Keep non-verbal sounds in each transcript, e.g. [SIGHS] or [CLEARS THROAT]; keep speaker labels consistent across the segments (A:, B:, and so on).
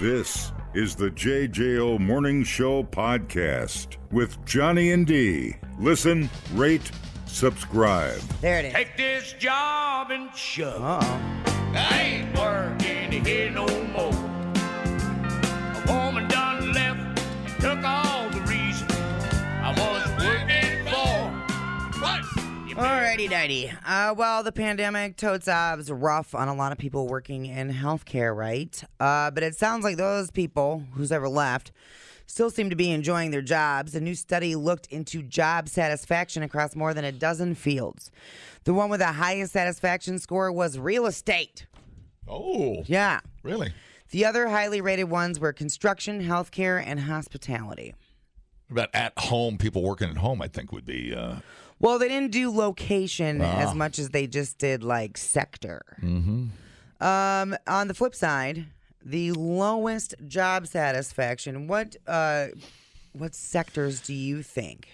A: This is the JJO Morning Show podcast with Johnny and D. Listen, rate, subscribe.
B: There it is.
C: Take this job and shove. it.
B: Uh-oh.
C: I ain't working here no more. A woman done left, took all the reason I was working for. What? You
B: Alrighty, nighty. Uh, well, the pandemic, totes obs, rough on a lot of people working in healthcare, right? Uh, but it sounds like those people who's ever left still seem to be enjoying their jobs. A new study looked into job satisfaction across more than a dozen fields. The one with the highest satisfaction score was real estate.
D: Oh,
B: Yeah.
D: really?
B: The other highly rated ones were construction, healthcare, and hospitality.
D: About at home, people working at home, I think would be. Uh,
B: Well, they didn't do location as much as they just did like sector. Mm-hmm. Um, on the flip side, the lowest job satisfaction. What uh, what sectors do you think?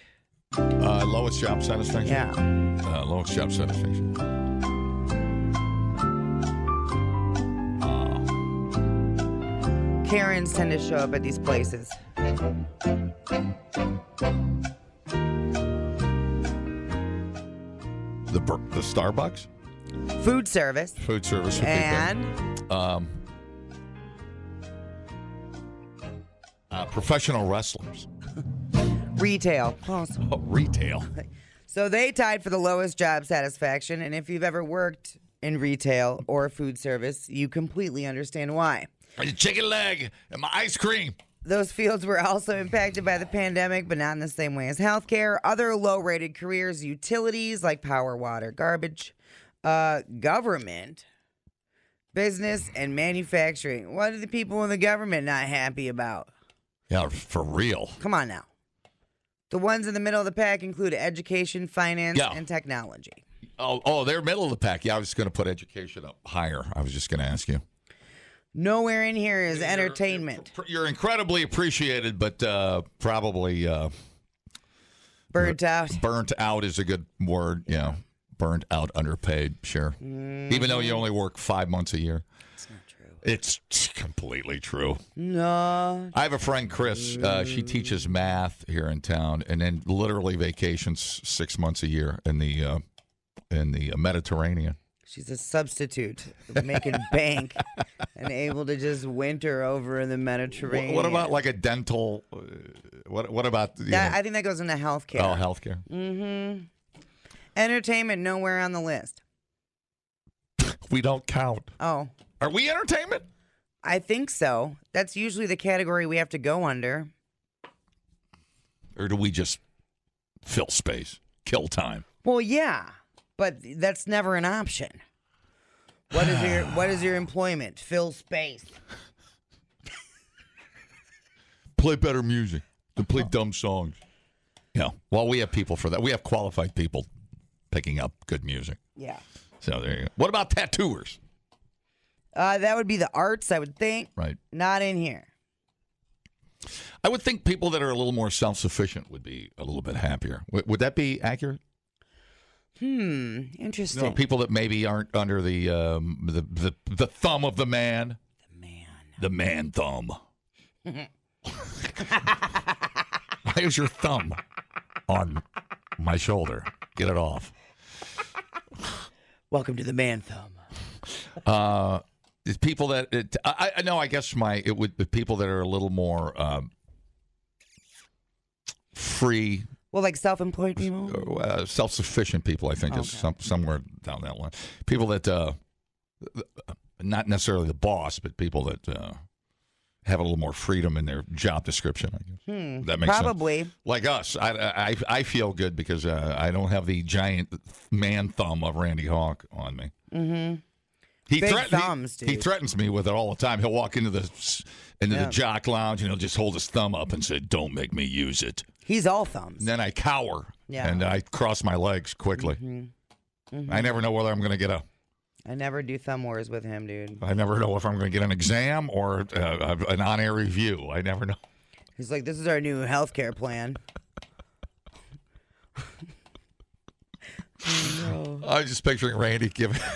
D: uh, lowest job satisfaction.
B: Yeah,
D: Uh, lowest job satisfaction.
B: Karens tend to show up at these places.
D: The bur- the Starbucks
B: Food service
D: food service would
B: and
D: be good. Um, uh, professional wrestlers.
B: retail. Close.
D: Oh, retail.
B: So they tied for the lowest job satisfaction, and if you've ever worked in retail or food service, you completely understand why.
D: My chicken leg and my ice cream.
B: Those fields were also impacted by the pandemic, but not in the same way as healthcare. Other low rated careers, utilities like power, water, garbage, uh, government, business, and manufacturing. What are the people in the government not happy about?
D: Yeah, for real.
B: Come on now. The ones in the middle of the pack include education, finance,
D: Yeah.
B: and technology.
D: Oh, oh, they're middle of the pack. Yeah, I was going to put education up higher. I was just going to ask you.
B: Nowhere in here is entertainment.
D: You're, incredibly appreciated, but uh, probably uh,
B: Burnt out.
D: burnt out is a good word. You know, burnt out, underpaid, sure. Even
B: Mm-hmm.
D: though you only work five months a year. It's completely true.
B: No.
D: I have a friend, Chris. Uh,
B: Mm.
D: she teaches math here in town, and then literally vacations six months a year in the uh, in the Mediterranean.
B: She's a substitute,
D: [LAUGHS]
B: making bank, and able to just winter over in the
D: Wha-
B: Mediterranean.
D: What, about like a dental? Uh, what What about you
B: That,
D: know,
B: I Mm. think that goes into healthcare.
D: oh healthcare?
B: Entertainment nowhere on the list.
D: We don't count.
B: Oh,
D: Are we entertainment?
B: I think so. That's usually the category we have to go under.
D: or do we just fill space, kill time?
B: Well, yeah, but that's never an option. What is
D: [SIGHS]
B: your What is your employment? Fill space.
D: Play better music than play dumb songs. Uh-huh. Yeah. Well, we have people for that. We have qualified people picking up good music.
B: Yeah,
D: So there you go. What about tattooers?
B: uh, that would be the arts, I would think.
D: Right.
B: Not in here.
D: I would think people that are a little more self sufficient would be a little bit happier. W- would that be accurate?
B: Hmm.
D: No,
B: Interesting.
D: people that maybe aren't under the, um, the the the thumb of the man, the man thumb. Why is your thumb on my shoulder? Get it off.
B: Welcome to the man thumb.
D: Uh, it's people that it, I, I know. I guess my it would the people that are a little more um, free
B: Well, like self-employed people.
D: uh, self-sufficient people. I think is some, somewhere down that line. People that uh, not necessarily the boss, but people that uh, have a little more freedom in their job description. I guess that makes sense.
B: Probably.
D: Like us, I, I I feel good because uh, I don't have the giant man thumb of Randy Hawk on me. Mm-hmm. He
B: Big
D: threaten- he-
B: thumbs,
D: he,
B: dude.
D: threatens me with it all the time. He'll walk into the s- into the jock lounge and he'll just hold his thumb up and say, "Don't make me use it."
B: He's all thumbs.
D: And then I cower
B: Yeah. Mm-hmm.
D: and I cross my legs quickly. I never know whether I'm going to get a.
B: I never do thumb wars with him, dude.
D: I never know if I'm going to get an exam or uh, an on-air review. I never know.
B: He's like, this is our new healthcare plan. [LAUGHS]
D: I was just picturing Randy giving. [LAUGHS]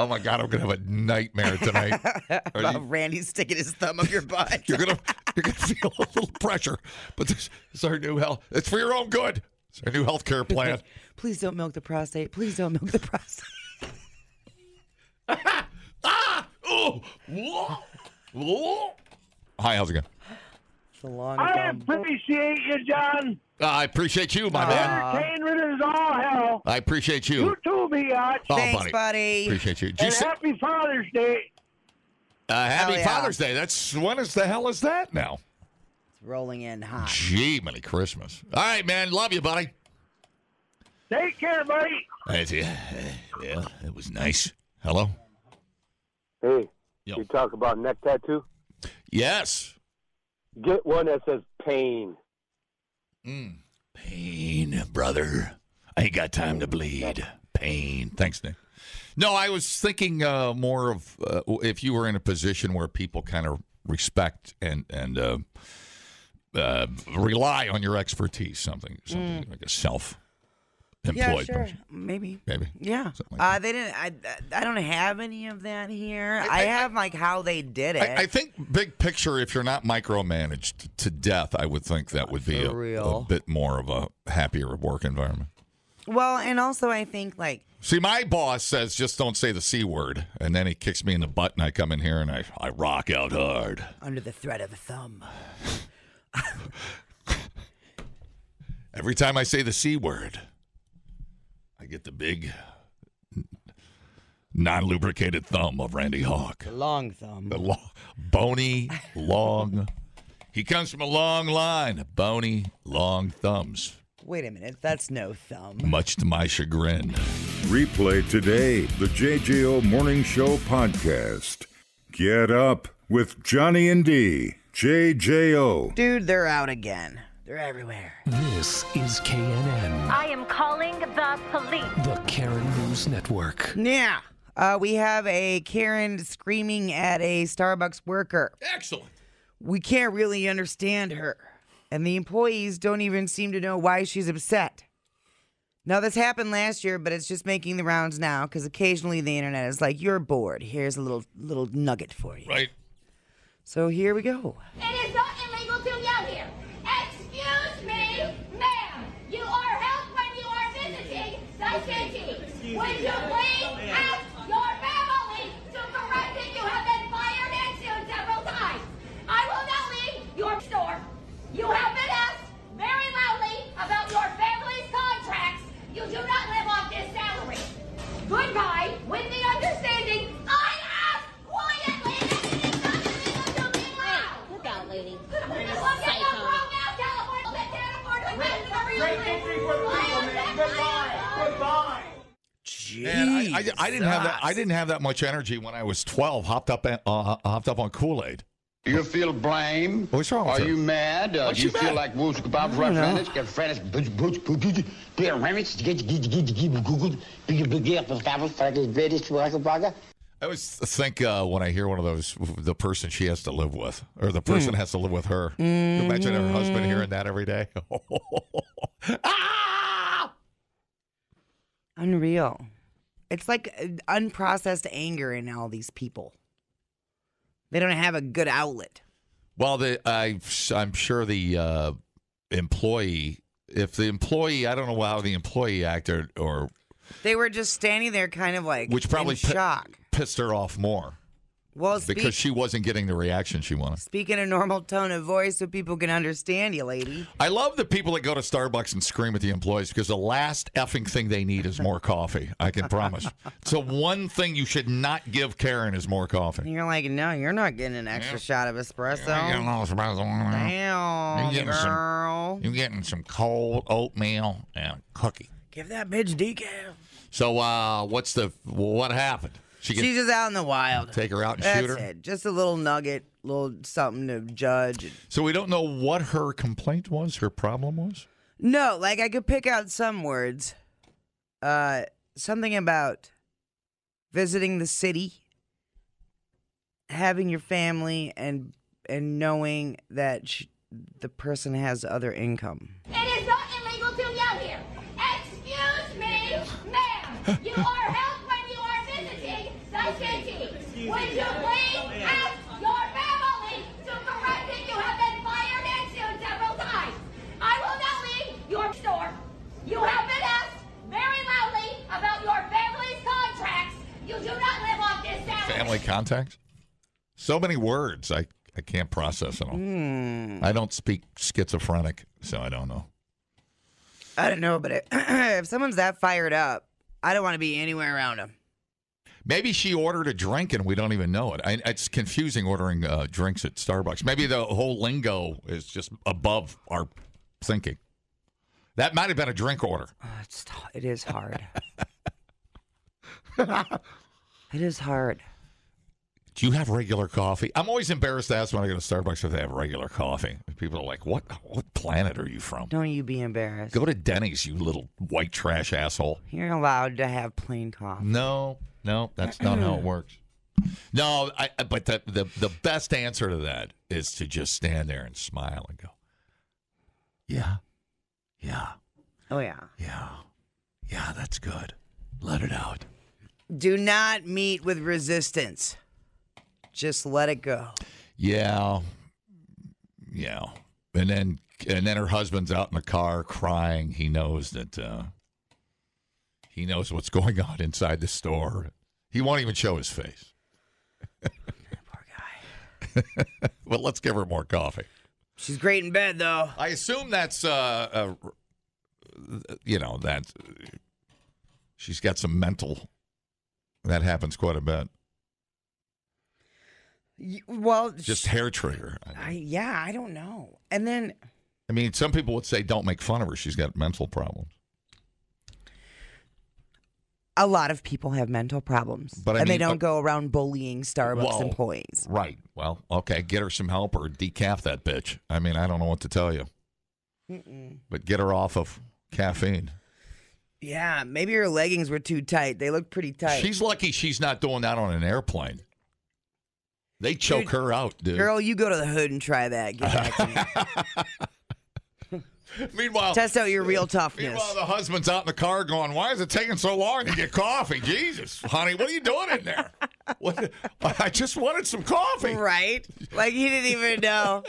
D: Oh my God, I'm gonna have a
B: [LAUGHS]
D: nightmare tonight. Are
B: About
D: you-
B: Randy sticking his thumb
D: [LAUGHS]
B: up your butt.
D: you're gonna you're gonna feel a little pressure, but this is our new health. It's for your own good. It's our new health
B: [LAUGHS]
D: care plan.
B: Please don't milk the prostate. Please don't milk the prostate. [LAUGHS]
D: Oh, whoa, whoa. Hi, how's it going?
B: It's a long
E: I
B: thumb.
E: appreciate you, John.
D: Uh, I appreciate you,
B: Uh,
D: my man.
E: Entertainment is all hell.
D: I appreciate you.
E: You too, Biatch.
D: Oh,
B: Thanks,
D: buddy.
B: buddy.
D: Appreciate you. Did you
E: And
D: say, uh,
E: happy Father's Day.
D: happy
B: Hell yeah.
D: Father's Day. That's when is the hell is that now?
B: It's rolling in hot.
D: Gee, many Christmas. All right, man. Love you, buddy.
E: Take care, buddy.
D: That's it. Yeah, it was nice. Hello.
F: Hey,
D: Yo.
F: you talk about neck tattoo?
D: Yes.
F: Get one that says pain.
D: Pain, brother. I ain't got time to bleed. Pain. Thanks, Nick. No, I was thinking uh, more of uh, if you were in a position where people kind of respect and and uh, uh, rely on your expertise, something, something like a self-employed
B: Mm. Yeah, sure.
D: person,
B: Maybe.
D: maybe.
B: Yeah.
D: Something like
B: Uh, they didn't. I, I don't have any of that here. I, have like how they did it.
D: I, I think big picture, if you're not micromanaged to death, I would think that would be
B: For
D: a,
B: real.
D: a bit more of a happier work environment.
B: well, and also I think like
D: See, my boss says just don't say the c word, and then he kicks me in the butt, and I come in here and I, I rock out hard.
B: under the threat of a thumb.
D: [LAUGHS] Every time I say the c word, I get the big non-lubricated thumb of Randy Hawk,
B: Long thumb.
D: the long, bony, long. He comes from a long line of bony, long thumbs.
B: Wait a minute. That's no thumb.
D: Much to my chagrin.
A: Replay today the JJO Morning Show podcast. Get up with Johnny and D. JJO.
B: Dude, they're out again. They're everywhere.
G: This is KNN,
H: I am calling the police.
G: the Karen News Network.
B: Yeah. Uh, we have a Karen screaming at a Starbucks worker.
D: Excellent.
B: We can't really understand her. And the employees don't even seem to know why she's upset. Now, this happened last year, but it's just making the rounds now because occasionally the internet is like, you're bored. Here's a little little nugget for you.
D: Right.
B: So here we go.
I: It is not illegal to yell here. Excuse me, ma'am. You are helped when you are visiting the city. Would you please ask your family to correct that you have been fired and sued several times? I will not leave your store. You have been asked very loudly about your family's contracts. You do not live off this salary. Goodbye, with the understanding I asked quietly and it is not illegal to be loud.
H: Look out, lady.
I: Great victory for the people, man. Goodbye. Goodbye.
B: Jeez.
D: Man, I, I, I didn't have that. I didn't have that much energy when I was twelve. Hopped up, at- uh, hopped up on Kool Aid.
J: You feel blame?
D: What's wrong with
J: Are
D: her?
J: you mad? Uh,
D: What's
J: do you
D: she mad?
J: feel like woosh kebab right French? Get French, boots, boots, boots, boots, beer, remix, get, get, get, get, Google, big, big, big, French, French, British, Waka, Waka.
D: I always think uh, when I hear one of those, the person she has to live with, or the person has to live with her. Can you Imagine her husband hearing that every day. [LAUGHS] ah!
B: Unreal. It's like uh, unprocessed anger in all these people. They don't have a good outlet.
D: Well, the I, I'm sure the uh, employee, if the employee, I don't know how the employee acted, or
B: They were just standing there, kind of like
D: which probably
B: in
D: pi-
B: shock.
D: pissed her off more
B: Well, speak,
D: because she wasn't getting the reaction she wanted.
B: speak in a normal tone of voice so people can understand you, lady.
D: I love the people that go to Starbucks and scream at the employees because the last effing thing they need is more coffee. I
B: [LAUGHS]
D: can promise. So one thing you should not give Karen is more
B: And
D: coffee.
B: you're like, no, you're not getting an extra shot of espresso.
D: You're
B: Damn,
D: getting some-
B: girl.
D: You're getting some cold oatmeal and a cookie.
B: Give that bitch decal.
D: So uh, what's the what happened? She can
B: She's just out in the wild.
D: take her out and
B: That's
D: shoot her.
B: it. Just a little nugget, little something to judge.
D: So we don't know what her complaint was. Her problem was.
B: No, like I could pick out some words. Uh, something about visiting the city, having your family, and and knowing that sh- the person has other income.
I: It is not illegal to yell here. Excuse me, ma'am. You are helped when you are visiting the I said to you, would you please ask your family to correct that you have been fired and sued several times? I will not leave your store. You have been asked very loudly about your family's contracts. You do not live off this salary.
D: Family contacts? So many words. I, I can't process them all. I don't speak schizophrenic, so I don't know.
B: I don't know, but it, [CLEARS THROAT] if someone's that fired up, I don't want to be anywhere around them.
D: Maybe she ordered a drink and we don't even know it. I, it's confusing ordering uh, drinks at Starbucks. Maybe the whole lingo is just above our thinking. That might have been a drink order.
B: Oh, It's, t- it is
D: [LAUGHS]
B: hard. it is hard.
D: Do you have regular coffee? I'm always embarrassed to ask when I go to Starbucks if they have regular coffee. People are like, "What? What planet are you from?
B: Don't you be embarrassed.
D: Go to Denny's, you little white trash asshole."
B: You're allowed to have plain coffee.
D: No, no, that's not how it works. No, I, I- but the, the the best answer to that is to just stand there and smile and go, "Yeah, yeah,
B: Oh yeah.
D: yeah, yeah, that's good. Let it out."
B: Do not meet with resistance. Just let it go.
D: Yeah, yeah, and then and then her husband's out in the car crying. He knows that uh, he knows what's going on inside the store. He won't even show his face.
B: [LAUGHS] Poor guy.
D: [LAUGHS] But let's give her more coffee.
B: She's great in bed though.
D: I assume that's uh, uh you know that she's got some mental. That happens quite a bit.
B: Y- Well,
D: Just
B: sh-
D: hair trigger.
B: I yeah, I don't know. And then
D: I mean, some people would say don't make fun of her. She's got mental problems.
B: a lot of people have mental problems,
D: But I
B: and they
D: mean,
B: don't
D: uh,
B: go around bullying Starbucks
D: Whoa.
B: employees.
D: Right. Well, okay. Get her some help or decaf that bitch. I mean, I don't know what to tell you. But get her off of caffeine.
B: Yeah, maybe her leggings were too tight. They look pretty tight.
D: She's lucky she's not doing that on an airplane. They choke her out, dude.
B: Girl, you go to the hood and try that. Get back
D: [LAUGHS]
B: to me.
D: Meanwhile,
B: Test out your real toughness.
D: Meanwhile, the husband's out in the car going, "Why is it taking so long to get coffee? Jesus, honey, what are you doing
B: [LAUGHS]
D: in there? What, I just wanted some coffee."
B: Right? Like he didn't even
D: [LAUGHS]
B: know.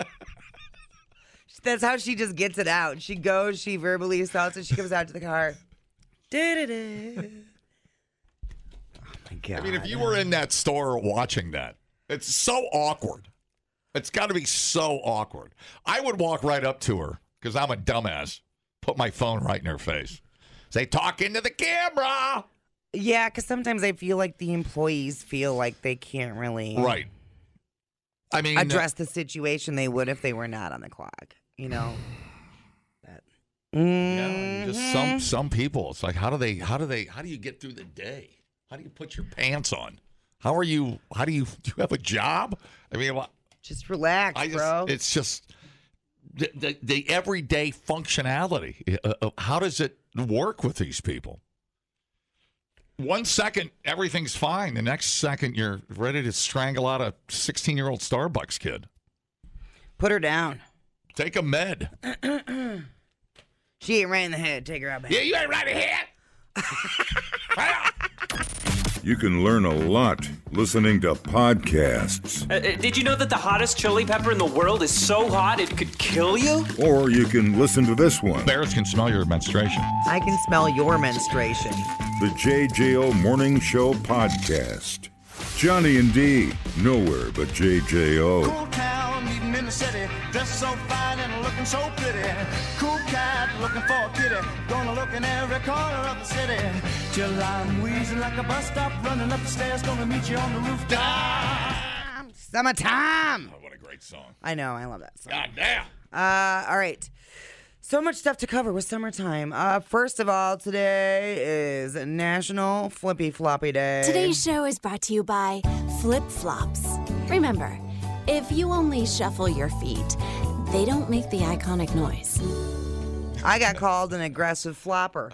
B: That's how she just gets it out. She goes, she verbally assaults it, she comes out to the car. Du-du-du. Oh my god.
D: I mean, if you were in that store watching that, it's so awkward. It's got to be so awkward. I would walk right up to her because I'm a dumbass. Put my phone right in her face. Say, "Talk into the camera."
B: yeah, because sometimes I feel like the employees feel like they can't really
D: Right. I mean,
B: address the situation they would if they were not on the clock. You
D: [SIGHS]
B: know? That- Mm,
D: Yeah, and just some some people. It's like how do they how do they how do you get through the day? How do you put your pants on? How are you? How do you do you have a job? I mean, wha-
B: Just relax,
D: I just
B: bro.
D: it's just the, the, the everyday functionality. Uh, uh, how does it work with these people? One second everything's fine. The next second you're ready to strangle out a 16 year old Starbucks kid.
B: Put her down.
D: Take a med.
B: She ain't right in the head. Take her out back.
D: Yeah, you ain't right here.
A: You can learn a lot listening to podcasts,
K: Uh, uh, did you know that the hottest chili pepper in the world is so hot it could kill you?
A: or you can listen to this one.
D: Bears can smell your menstruation.
B: I can smell your menstruation.
A: The JJO Morning Show Podcast. Johnny and D, nowhere but JJO.
C: Cool town, meeting in the city, dressed so fine and looking so pretty. Cool cat, looking for a kitty, gonna look in every corner of the city. Till I'm wheezing like a bus stop, running up the stairs, gonna meet you on the rooftop.
B: Summertime.
D: Oh, What a great song.
B: I know. I love that song.
D: God damn.
B: Uh, all right. So much stuff to cover with summertime. Uh, first of all, today is National Flippy Floppy Day.
L: Today's show is brought to you by Flip Flops. Remember, if you only shuffle your feet, they don't make the iconic noise.
B: I got called an aggressive flopper.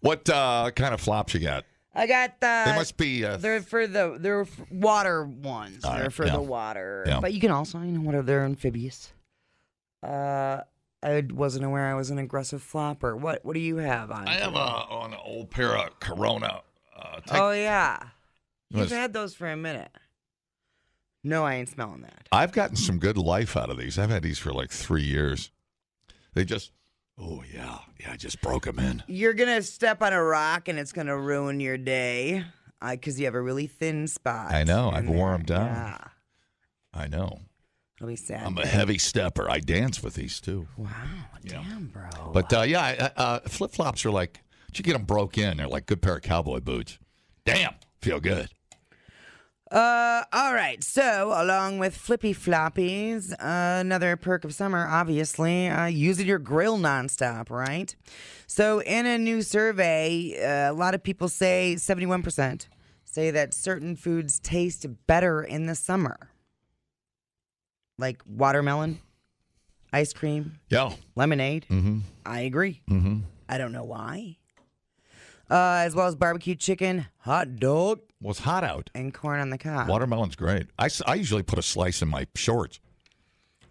D: What uh, kind of flops you got?
B: I got the.
D: They must be. Uh,
B: They're for the they're f- water ones.
D: All
B: they're
D: right,
B: for
D: yeah.
B: the water.
D: Yeah.
B: But you can also, you know, what are they're amphibious. Uh, I wasn't aware I was an aggressive flopper. What what do you have on?
D: I have a, on an old pair of Corona Uh, take-
B: oh yeah,
D: You wanna
B: you've
D: s-
B: had those for a minute. No, I ain't smelling that.
D: I've gotten some good life out of these. I've had these for like three years. They just, oh yeah, yeah, I just broke them in.
B: You're gonna step on a rock and it's gonna ruin your day because you have a really thin spot.
D: I know. I've
B: in there.
D: worn them down.
B: Yeah,
D: I know.
B: it'll be sad.
D: I'm a
B: day.
D: heavy stepper. I dance with these too.
B: Wow, damn, bro.
D: But uh, yeah, I- I- uh, flip flops are like, did you get them broke in? They're like good pair of cowboy boots. Damn, feel good.
B: Uh, all right. So, along with flippy floppies, uh, another perk of summer, obviously, uh, using your grill nonstop, right? So, in a new survey, uh, a lot of people say 71% say that certain foods taste better in the summer, like watermelon, ice cream,
D: Yeah.
B: lemonade.
D: Mm-hmm.
B: I agree.
D: Mm-hmm.
B: I don't know why. Uh, as well as barbecue chicken, hot dog,
D: Well, it's hot out.
B: and corn on the cob.
D: Watermelon's great. I, s- I usually put a slice in my shorts.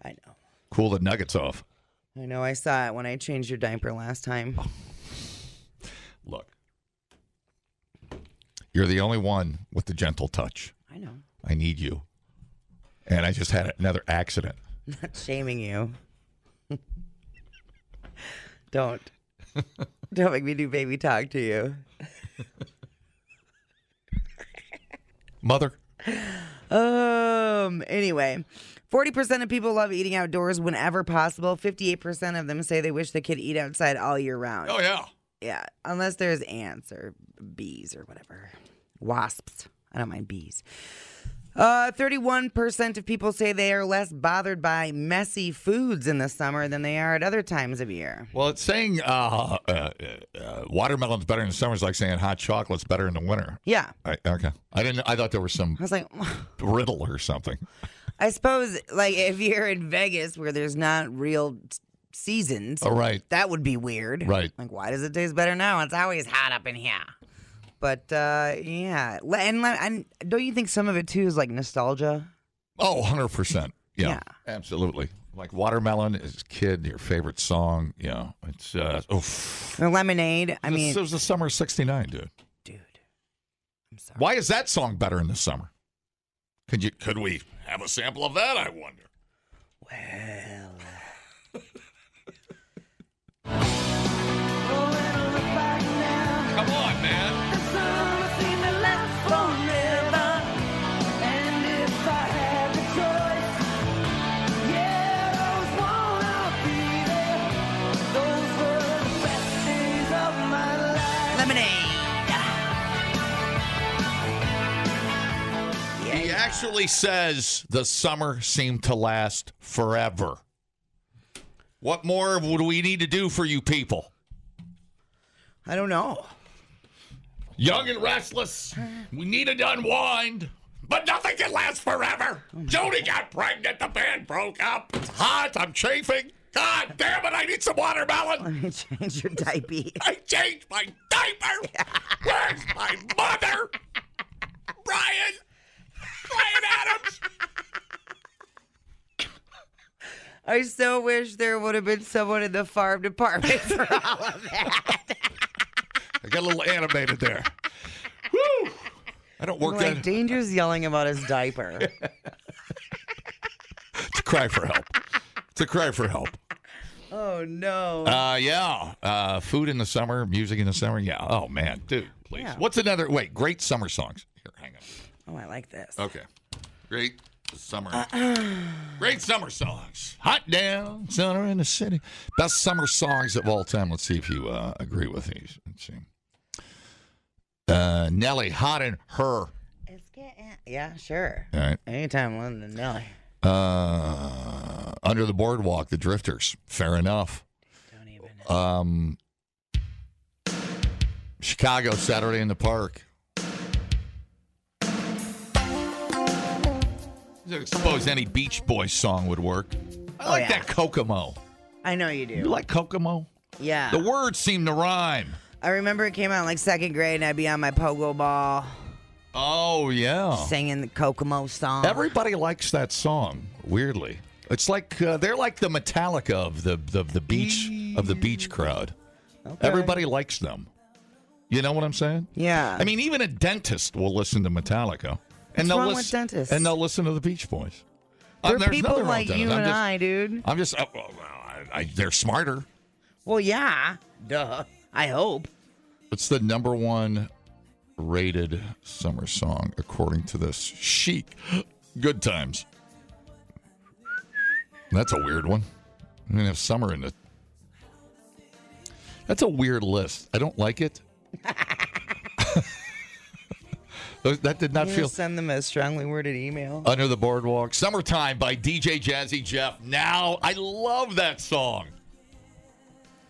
B: I know.
D: Cool the nuggets off.
B: I know I saw it when I changed your diaper last time.
D: Look, you're the only one with the gentle touch.
B: I know.
D: I need you. And I just had another accident.
B: Not shaming you. [LAUGHS] Don't. Don't make me do baby talk to you.
D: Mother,
B: Um anyway, 40% of people love eating outdoors whenever possible. 58% of them say they wish they could eat outside all year round.
D: Oh, yeah.
B: Yeah, unless there's ants or bees or whatever. Wasps. I don't mind bees. Uh, 31% of people say they are less bothered by messy foods in the summer than they are at other times of year.
D: Well, it's saying uh, uh, uh, watermelon's better in the summer is like saying hot chocolate's better in the winter.
B: Yeah.
D: I, okay. I didn't. I thought there was some
B: I was like, [SIGHS]
D: riddle or something.
B: I suppose, like, if you're in Vegas where there's not real t- seasons,
D: Oh, right.
B: that would be weird.
D: Right.
B: Like, why does it taste better now? It's always hot up in here. But, uh, yeah. Le- And, le- and don't you think some of it, too, is like nostalgia?
D: Oh, 100 percent. Yeah,
B: Yeah.
D: absolutely. Like watermelon is kid. Your favorite song. Yeah, it's uh, oof.
B: The lemonade. I mean,
D: this was the summer of '69, dude.
B: Dude, I'm sorry.
D: Why is that song better in the summer? Could you? Could we have a sample of that? I wonder.
B: Well.
D: Come on, man.
B: Lemonade.
D: He actually says the summer seemed to last forever. What more would we need to do for you people?
B: I don't know. [LAUGHS]
D: Young and restless, we need to unwind, but nothing can last forever. Jody got pregnant, the band broke up. It's hot, I'm chafing. God damn it, I need some watermelon.
B: Let me change your diaper.
D: I changed my diaper. Where's my mother? Brian, Brian Adams.
B: I so wish there would have been someone in the farm department [LAUGHS] for all of that.
D: I got a little animated there. [LAUGHS] Woo! I don't work
B: Like,
D: that
B: Danger's yelling about his
D: [LAUGHS]
B: diaper.
D: to cry for help. It's a cry for help.
B: oh, no.
D: Uh, yeah. Uh, food in the summer, music in the summer. Yeah. Oh man, dude, please.
B: Yeah.
D: What's another? Wait, great summer songs. Here, hang on.
B: oh, I like this.
D: Okay. Great summer. great summer songs. Hot down, summer in the city. Best summer songs of all time. Let's see if you uh, agree with these. Let's see. Uh, Nelly, hot in her. All
B: It's getting, yeah, sure.
D: right.
B: Anytime London Nelly.
D: Uh, under the boardwalk, the Drifters. Fair enough.
B: Don't even.
D: Um, Chicago Saturday in the Park. I suppose any Beach Boys song would work. I
B: Oh,
D: like
B: yeah.
D: that Kokomo.
B: I know you do.
D: You like Kokomo?
B: yeah.
D: The words seem to rhyme.
B: I remember it came out in, like second grade and I'd be on my pogo ball
D: Oh yeah.
B: singing the Kokomo song.
D: Everybody likes that song. Weirdly, it's like uh, they're like the Metallica of the, the the beach of the beach crowd. Everybody likes them. You know what I'm saying?
B: Yeah.
D: I mean, even a dentist will listen to Metallica, and
B: What's
D: they'll
B: wrong with
D: listen,
B: dentists?
D: and they'll listen to the Beach Boys. Uh,
B: They're
D: there's
B: people
D: nothing wrong
B: like
D: with
B: you
D: dentists.
B: and
D: I'm
B: I, dude.
D: just, I'm just. Uh, well, I, I, they're smarter.
B: Well, yeah. Duh. I hope.
D: It's the number one rated summer song according to this chic. Good times. That's a weird one. I mean, have summer in it. That's a weird list. I don't like it. Those- that did not
B: You
D: feel
B: send them a strongly worded email.
D: under the boardwalk. Summertime by DJ Jazzy Jeff. Now I love that song.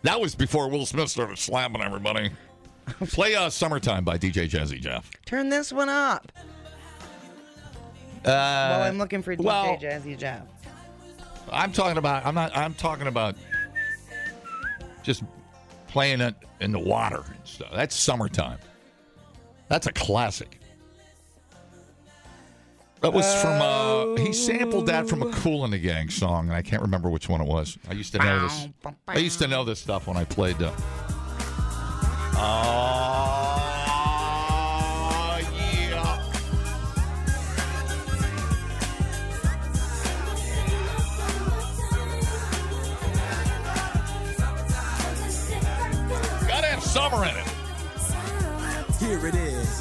D: That was before Will Smith started slamming everybody. Play uh, "Summertime" by DJ Jazzy Jeff.
B: Turn this one up.
D: Uh,
B: While I'm looking for DJ
D: well-
B: Jazzy Jeff.
D: I'm talking about. I'm not. I'm talking about just playing it in the water and stuff. That's summertime. That's a classic. That was from. Uh, he sampled that from a Cool and the Gang song, and I can't remember which one it was. I used to know this. I used to know this stuff when I played. Uh, oh yeah. Gotta have summer in it.
M: Here it is,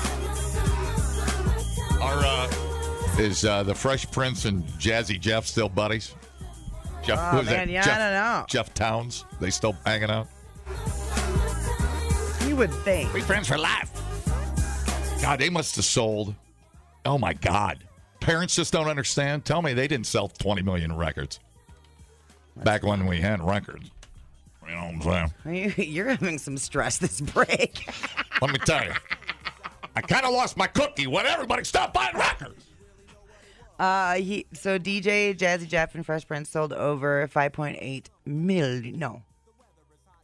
D: Are uh, is uh, the Fresh Prince and Jazzy Jeff still buddies? Jeff,
B: Oh,
D: who's
B: man,
D: that?
B: yeah, I
D: Jeff,
B: don't know.
D: Jeff Towns, they still hanging out.
B: You would think. [LAUGHS]
D: We friends for life. God, they must have sold. Oh my God, parents just don't understand. Tell me they didn't sell 20 million records back when we had records. You know what I'm saying?
B: You're having some stress this break. [LAUGHS]
D: Let me tell you, I kind of lost my cookie when everybody stopped buying records.
B: Uh, he so DJ Jazzy Jeff and Fresh Prince sold over 5.8 million. No,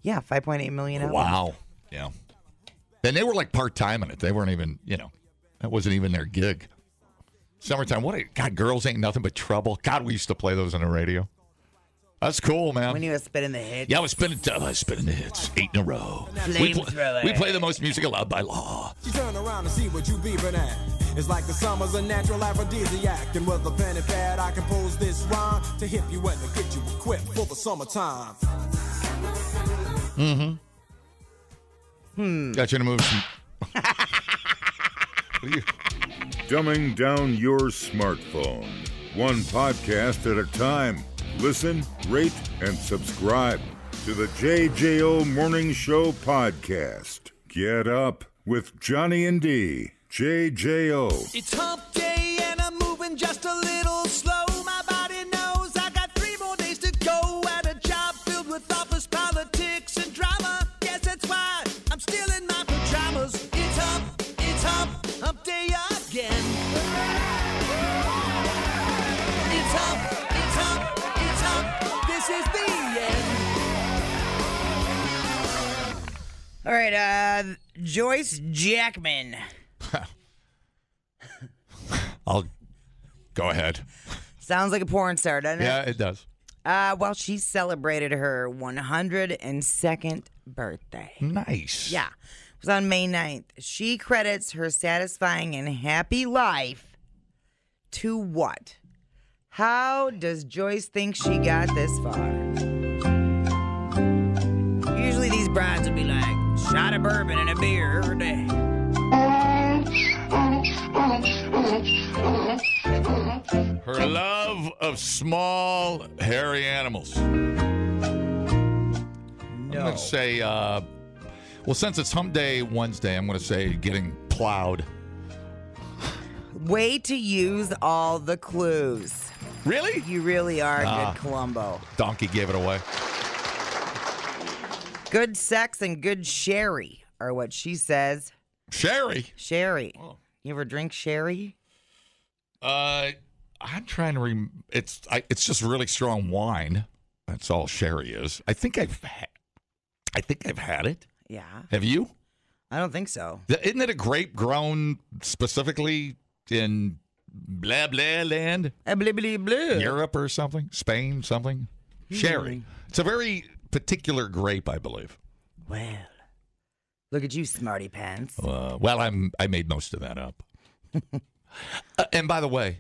B: yeah, 5.8 million. Albums.
D: Wow. Yeah. And they were like part time in it. They weren't even, you know, that wasn't even their gig. Summertime. What? A, God, girls ain't nothing but trouble. God, we used to play those on the radio. That's cool, man.
B: When he was spitting the hit.
D: yeah, I was spinning, I was spinning the hits, eight in a row. We, pl-
M: Flamethrower.
D: we play the most music allowed by law.
M: She turn around and see what you beavin' at. It's like the summer's a natural aphrodisiac. And with a pen and pad, I compose this rhyme to hip you and to get you equipped for the summertime.
D: Mm-hmm. Hmm. Got you to move some.
A: Dumbing down your smartphone. One podcast at a time. Listen, rate, and subscribe to the JJO Morning Show podcast. Get up with Johnny and D. JJO.
N: It's hump day and I'm moving just a little slow. My body knows I got three more days to go at a job filled with office politics and drama. Guess that's why I'm still in my pajamas. It's hump, it's hump, hump day again. It's hump, it's hump, it's hump. This is the end.
B: All right, uh, Joyce Jackman.
D: I'll go ahead.
B: Sounds like a porn star, doesn't
D: Yeah,
B: it?
D: it does.
B: Uh, well, she celebrated her 102nd birthday.
D: Nice.
B: Yeah. It was on May 9th. She credits her satisfying and happy life to what? How does Joyce think she got this far? Usually these brides would be like, shot of bourbon and a beer every day.
D: Her love of small, hairy animals. I'm going to say, uh, well, since it's Hump Day Wednesday, I'm going to say getting plowed.
B: Way to use all the clues.
D: Really?
B: You really are
D: Ah.
B: good, Columbo.
D: Donkey gave it away.
B: Good sex and good sherry or what she says,
D: sherry.
B: Sherry.
C: Oh.
B: You ever drink sherry?
D: Uh, I'm trying to rem. It's I, it's just really strong wine. That's all sherry is. I think I've ha- I think I've had it.
B: Yeah.
D: Have you?
B: I don't think so.
D: Th- Isn't it a grape grown specifically in blah blah land?
C: Eh,
B: Blah blah blah.
D: Europe or something? Spain? Something? Sherry. It's a very particular grape, I believe.
B: Well, look at you, smarty pants.
C: Oh.
D: Uh, well, I'm I made most of that [LAUGHS] up. Uh, and by the way,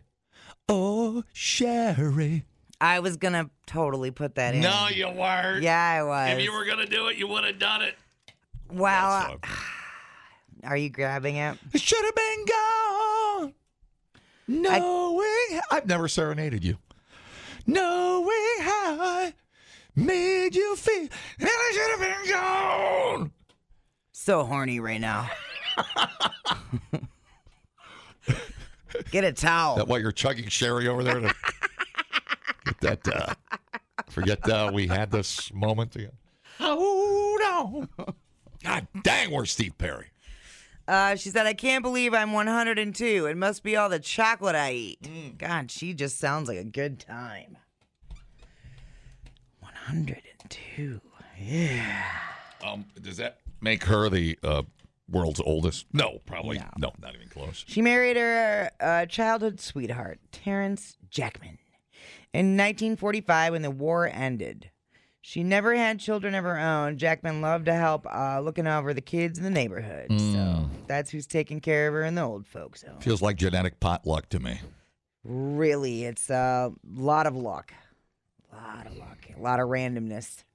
D: oh sherry.
B: I was gonna totally put that in.
D: No, you weren't.
B: Yeah, I was.
C: If you were gonna do it, you would have done it.
B: Wow. [SIGHS] Are you grabbing it?
D: It should have been gone. Knowing I've never serenaded you. Knowing how I made you feel, and I should have been gone.
B: So horny right
C: [LAUGHS]
B: now. Get a towel.
D: That why you're chugging sherry over [LAUGHS] there to get that. Uh, forget uh, we had this moment. Together. Hold on. God dang, we're Steve Perry.
B: Uh, she said, I can't believe I'm 102. It must be all the chocolate I eat. God, she just sounds like a good time. 102. Yeah.
D: Um, does that make her the uh, world's oldest? No, probably no. not even close.
B: She married her uh, childhood sweetheart, Terrence Jackman, in 1945 when the war ended. She never had children of her own. Jackman loved to help uh, looking over the kids in the neighborhood. So that's who's taking care of her and the old folks home.
D: Feels like genetic potluck to me.
B: Really, it's a lot of luck. lot of luck. A lot of randomness.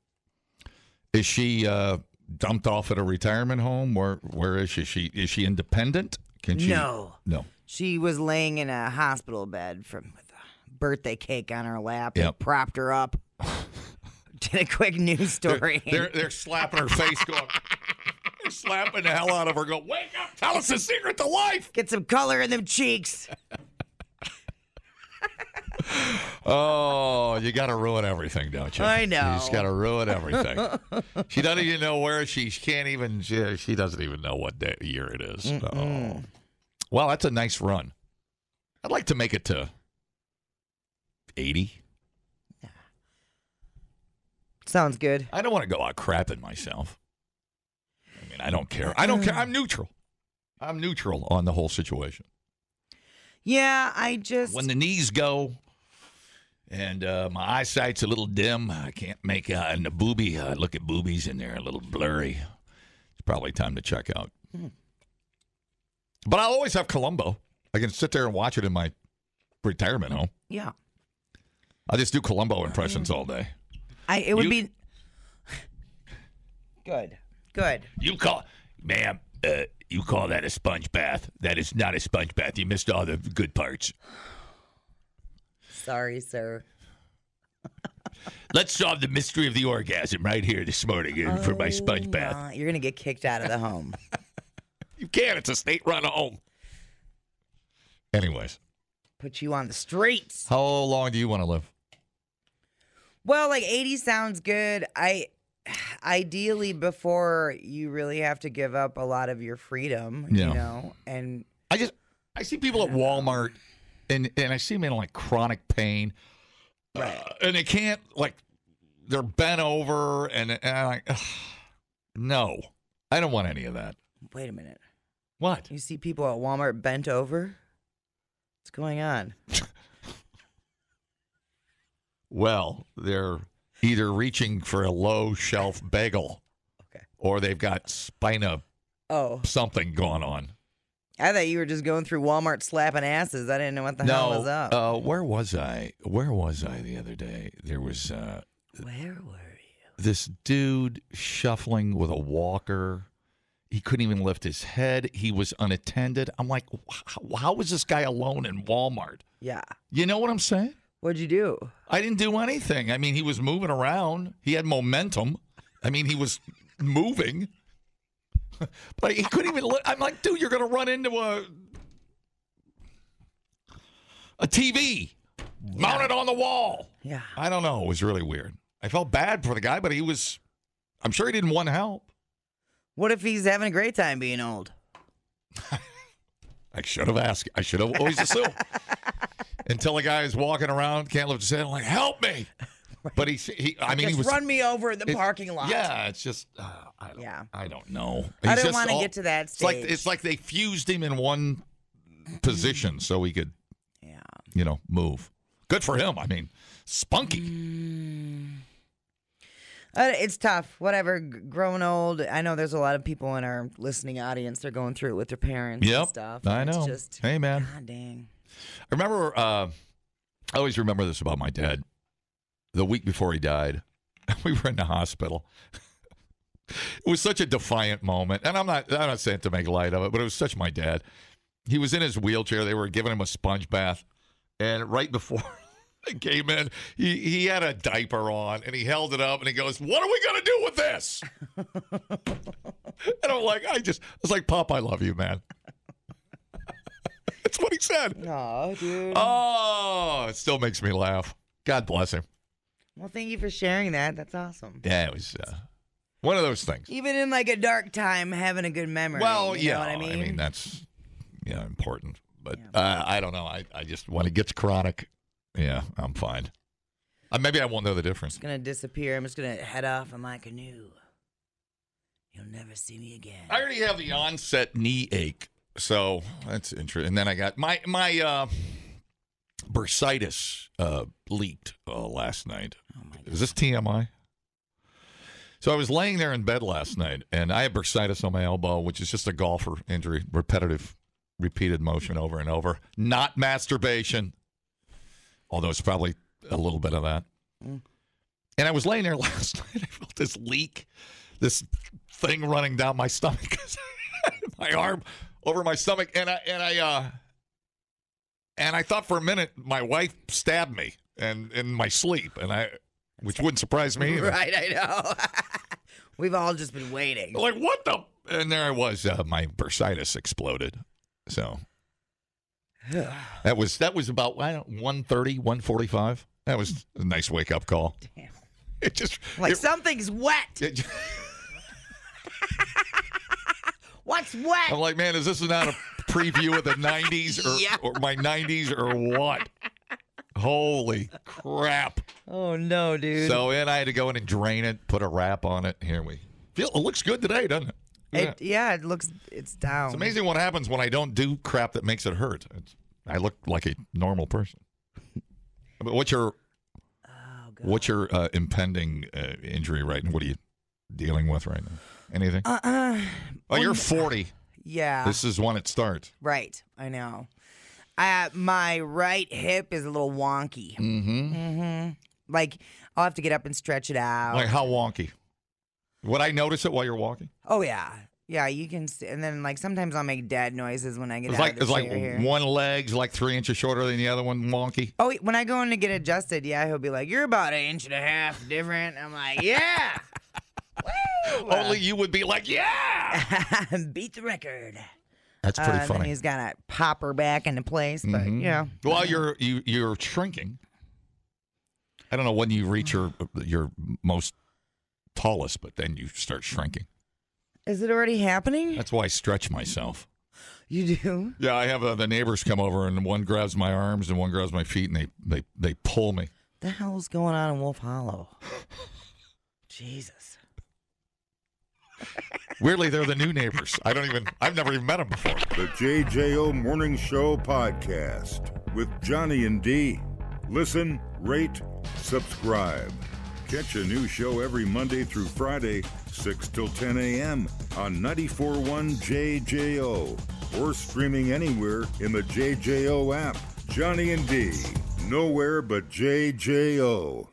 D: Is she uh, dumped off at a retirement home? Where where is she? She is she independent? Can she?
B: No.
D: No.
B: She was laying in a hospital bed from with a birthday cake on her lap. and
D: Yep.
B: propped her
D: [LAUGHS]
B: up. Did a quick news story.
D: They're they're slapping her face, going, they're slapping the hell out of her. Go wake up! Tell us the secret to life.
B: Get some color in them cheeks.
D: Oh, you got to ruin everything, don't you?
B: I know.
D: You just got to ruin everything. she doesn't even know where she. She can't even. She, she doesn't even know what day, year it is. Oh. Well, that's a nice run. I'd like to make it to eighty.
B: Sounds good.
D: I don't want to go out crapping myself. I mean, I don't care. I don't care. I'm neutral. I'm neutral on the whole situation.
B: Yeah, I just
D: When the knees go and uh, my eyesight's a little dim, I can't make uh, and the boobie. Uh, look at boobies and they're a little blurry. It's probably time to check out. But I'll always have Columbo. I can sit there and watch it in my retirement home.
B: yeah.
D: I'll just do Columbo impressions all day.
B: I it would
D: You-
B: be [LAUGHS] good. Good.
C: You call, ma'am, uh, you call that a sponge bath? That is not a sponge bath. You missed all the good parts.
B: Sorry, sir.
C: Let's solve the mystery of the orgasm right here this morning uh, for my sponge bath.
B: Uh, you're gonna get kicked out of the
D: [LAUGHS]
B: home.
D: You can. It's a state run home. Anyways,
B: Put you on the streets.
D: how long do you want to live?
B: Well, like 80 sounds good. I ideally before you really have to give up a lot of your freedom,
D: Yeah.
B: you know, and
D: I just I see people at Walmart and and I see them in like chronic pain,
B: Right.
D: uh, and they can't like they're bent over and, and I'm like "Ugh, no, I don't want any of that.
B: wait a minute.
D: What?
B: You see people at Walmart bent over? What's going on?
D: Well, they're either reaching for a low shelf bagel, or they've got spina
B: Oh,
D: something going on.
B: I thought you were just going through Walmart slapping asses. I didn't know what the
D: no,
B: hell was up.
D: Uh, where was I? Where was I the other day? There was uh,
B: Where were
D: this dude shuffling with a walker. He couldn't even lift his head. He was unattended. I'm like, how, how was this guy alone in Walmart?
B: Yeah.
D: You know what I'm saying?
B: What'd you do?
D: I didn't do anything. I mean, he was moving around. He had momentum. I mean, he was moving, [LAUGHS] but he couldn't even. Li- I'm like, dude, you're gonna run into a a TV mounted on the wall.
B: Yeah.
D: I don't know. It was really weird. I felt bad for the guy, but he was. I'm sure he didn't want help.
B: What if he's having a great time being old?
D: I should have asked. I should have
B: [LAUGHS]
D: always assumed. Until a guy is walking around, can't lift his head, I'm like, help me. But he, he I mean,
B: Just
D: he was.
B: run me over in the
D: it-
B: parking lot.
D: Yeah, it's just, uh, I, don't,
B: Yeah.
D: I don't know.
B: I
D: He's
B: don't
D: just
B: wanna
D: all-
B: get to that
D: It's like,
B: stage.
D: it's like they fused him in one position so he could, yeah. you know, move. Good for him. I mean, spunky.
B: Uh, it's tough. Whatever. G- growing old. I know there's a lot of people in our listening audience. They're going through it with their parents
D: Yep,
B: and stuff.
D: I
B: and
D: know.
B: It's just,
D: hey, man.
B: God dang.
D: I remember. Uh, I always remember this about my dad. The week before he died, [LAUGHS] we were in the hospital. It was such a defiant moment, and I'm not. I'm not saying to make light of it, but it was such my dad. He was in his wheelchair. They were giving him a sponge bath, and right before [LAUGHS] they came in, he he had a diaper on, and he held it up, and he goes, "What are we gonna do with this?" [LAUGHS] and I'm like, I just, I was like, "Pop, I love you, man." [LAUGHS] That's what he said.
B: No, dude.
D: Oh, it still makes me laugh. God bless him.
B: Well, thank you for sharing that. That's awesome.
D: Yeah, it was uh, one of those things.
B: Even in like a dark time, having a good memory.
D: Well,
B: you
D: yeah,
B: know what I mean.
D: that's yeah important, but uh, I don't know. I, I just when it gets chronic, yeah, I'm fine. Uh, maybe I won't know the difference.
B: gonna disappear. I'm just gonna head off in my canoe. You'll never see me again.
D: I already have the onset knee ache, so that's interesting. And then I got my my uh, bursitis uh, leaked uh, last night. Is this TMI? So I was laying there in bed last night, and I had bursitis on my elbow, which is just a golfer injury, repetitive, repeated motion over and over, not masturbation. Although it's probably a little bit of that. And I was laying there [LAUGHS] last night. I felt this leak, this thing running down my stomach, [LAUGHS] my arm over my stomach, and I and I uh, and I thought for a minute my wife stabbed me and in my sleep, and I, which wouldn't surprise me. Either.
B: [LAUGHS] Right, I know. We've all just been waiting.
D: Like what the? And there I was. Uh, my bursitis exploded. So that was that was about I don't, 1.30, 1.45. That was a nice wake up call. Damn. [LAUGHS] It just
B: Like
D: it-
B: something's wet.
D: it-
B: What's wet?
D: I'm like, man, is this not a preview of the 90s or,
B: Yeah.
D: or my 90s or what? Holy crap.
B: Oh no, dude.
D: So, and I had to go in and drain it, put a wrap on it. Here we feel it looks good today, doesn't it?
B: It- yeah, it looks it's down.
D: It's amazing what happens when I don't do crap that makes it hurt. It's, I look like a
B: [LAUGHS]
D: normal person. But what's your
B: Oh,
D: what's your uh, impending uh, injury right now? What are you dealing with right now? Anything?
B: Uh, uh, Ah.
D: oh, you're 40.
B: yeah.
D: This is when it starts.
B: right. I know. Uh, my right hip is a little wonky.
D: Mm-hmm.
B: hmm Like I'll have to get up and stretch it out.
D: Like how wonky? Would I notice it while you're walking?
B: oh yeah, yeah. You can. s- And then like sometimes I'll make dad noises when I get
D: It's
B: out
D: like
B: of the
D: it's like
B: chair here.
D: one leg's like three inches shorter than the other one, wonky.
B: Oh, when I go in to get adjusted, yeah, he'll be like, "You're about an inch and a half different." I'm
D: [LAUGHS]
B: like, "Yeah, [LAUGHS]
D: Only you would be like, yeah.
B: Uh, beat the record."
D: That's pretty
B: Uh, and Then
D: funny.
B: he's got to pop her back into place, but
D: Mhm.
B: you know,
D: Well, you're you you're shrinking. I don't know when you reach your your most tallest, but then you start shrinking.
B: is it already happening?
D: That's why I stretch myself.
B: You do?
D: Yeah, I have uh, the neighbors come over, and one grabs my arms, and one grabs my feet, and they they they pull me.
B: The hell's going on in Wolf Hollow? [LAUGHS] Jesus.
D: Weirdly, they're the new neighbors. I don't even I've never even met them before.
A: The JJO Morning Show podcast with Johnny and D. Listen, rate, subscribe. Catch a new show every Monday through Friday, 6 till 10 a.m. on 94.1 JJO or streaming anywhere in the JJO app. Johnny and D. Nowhere but JJO.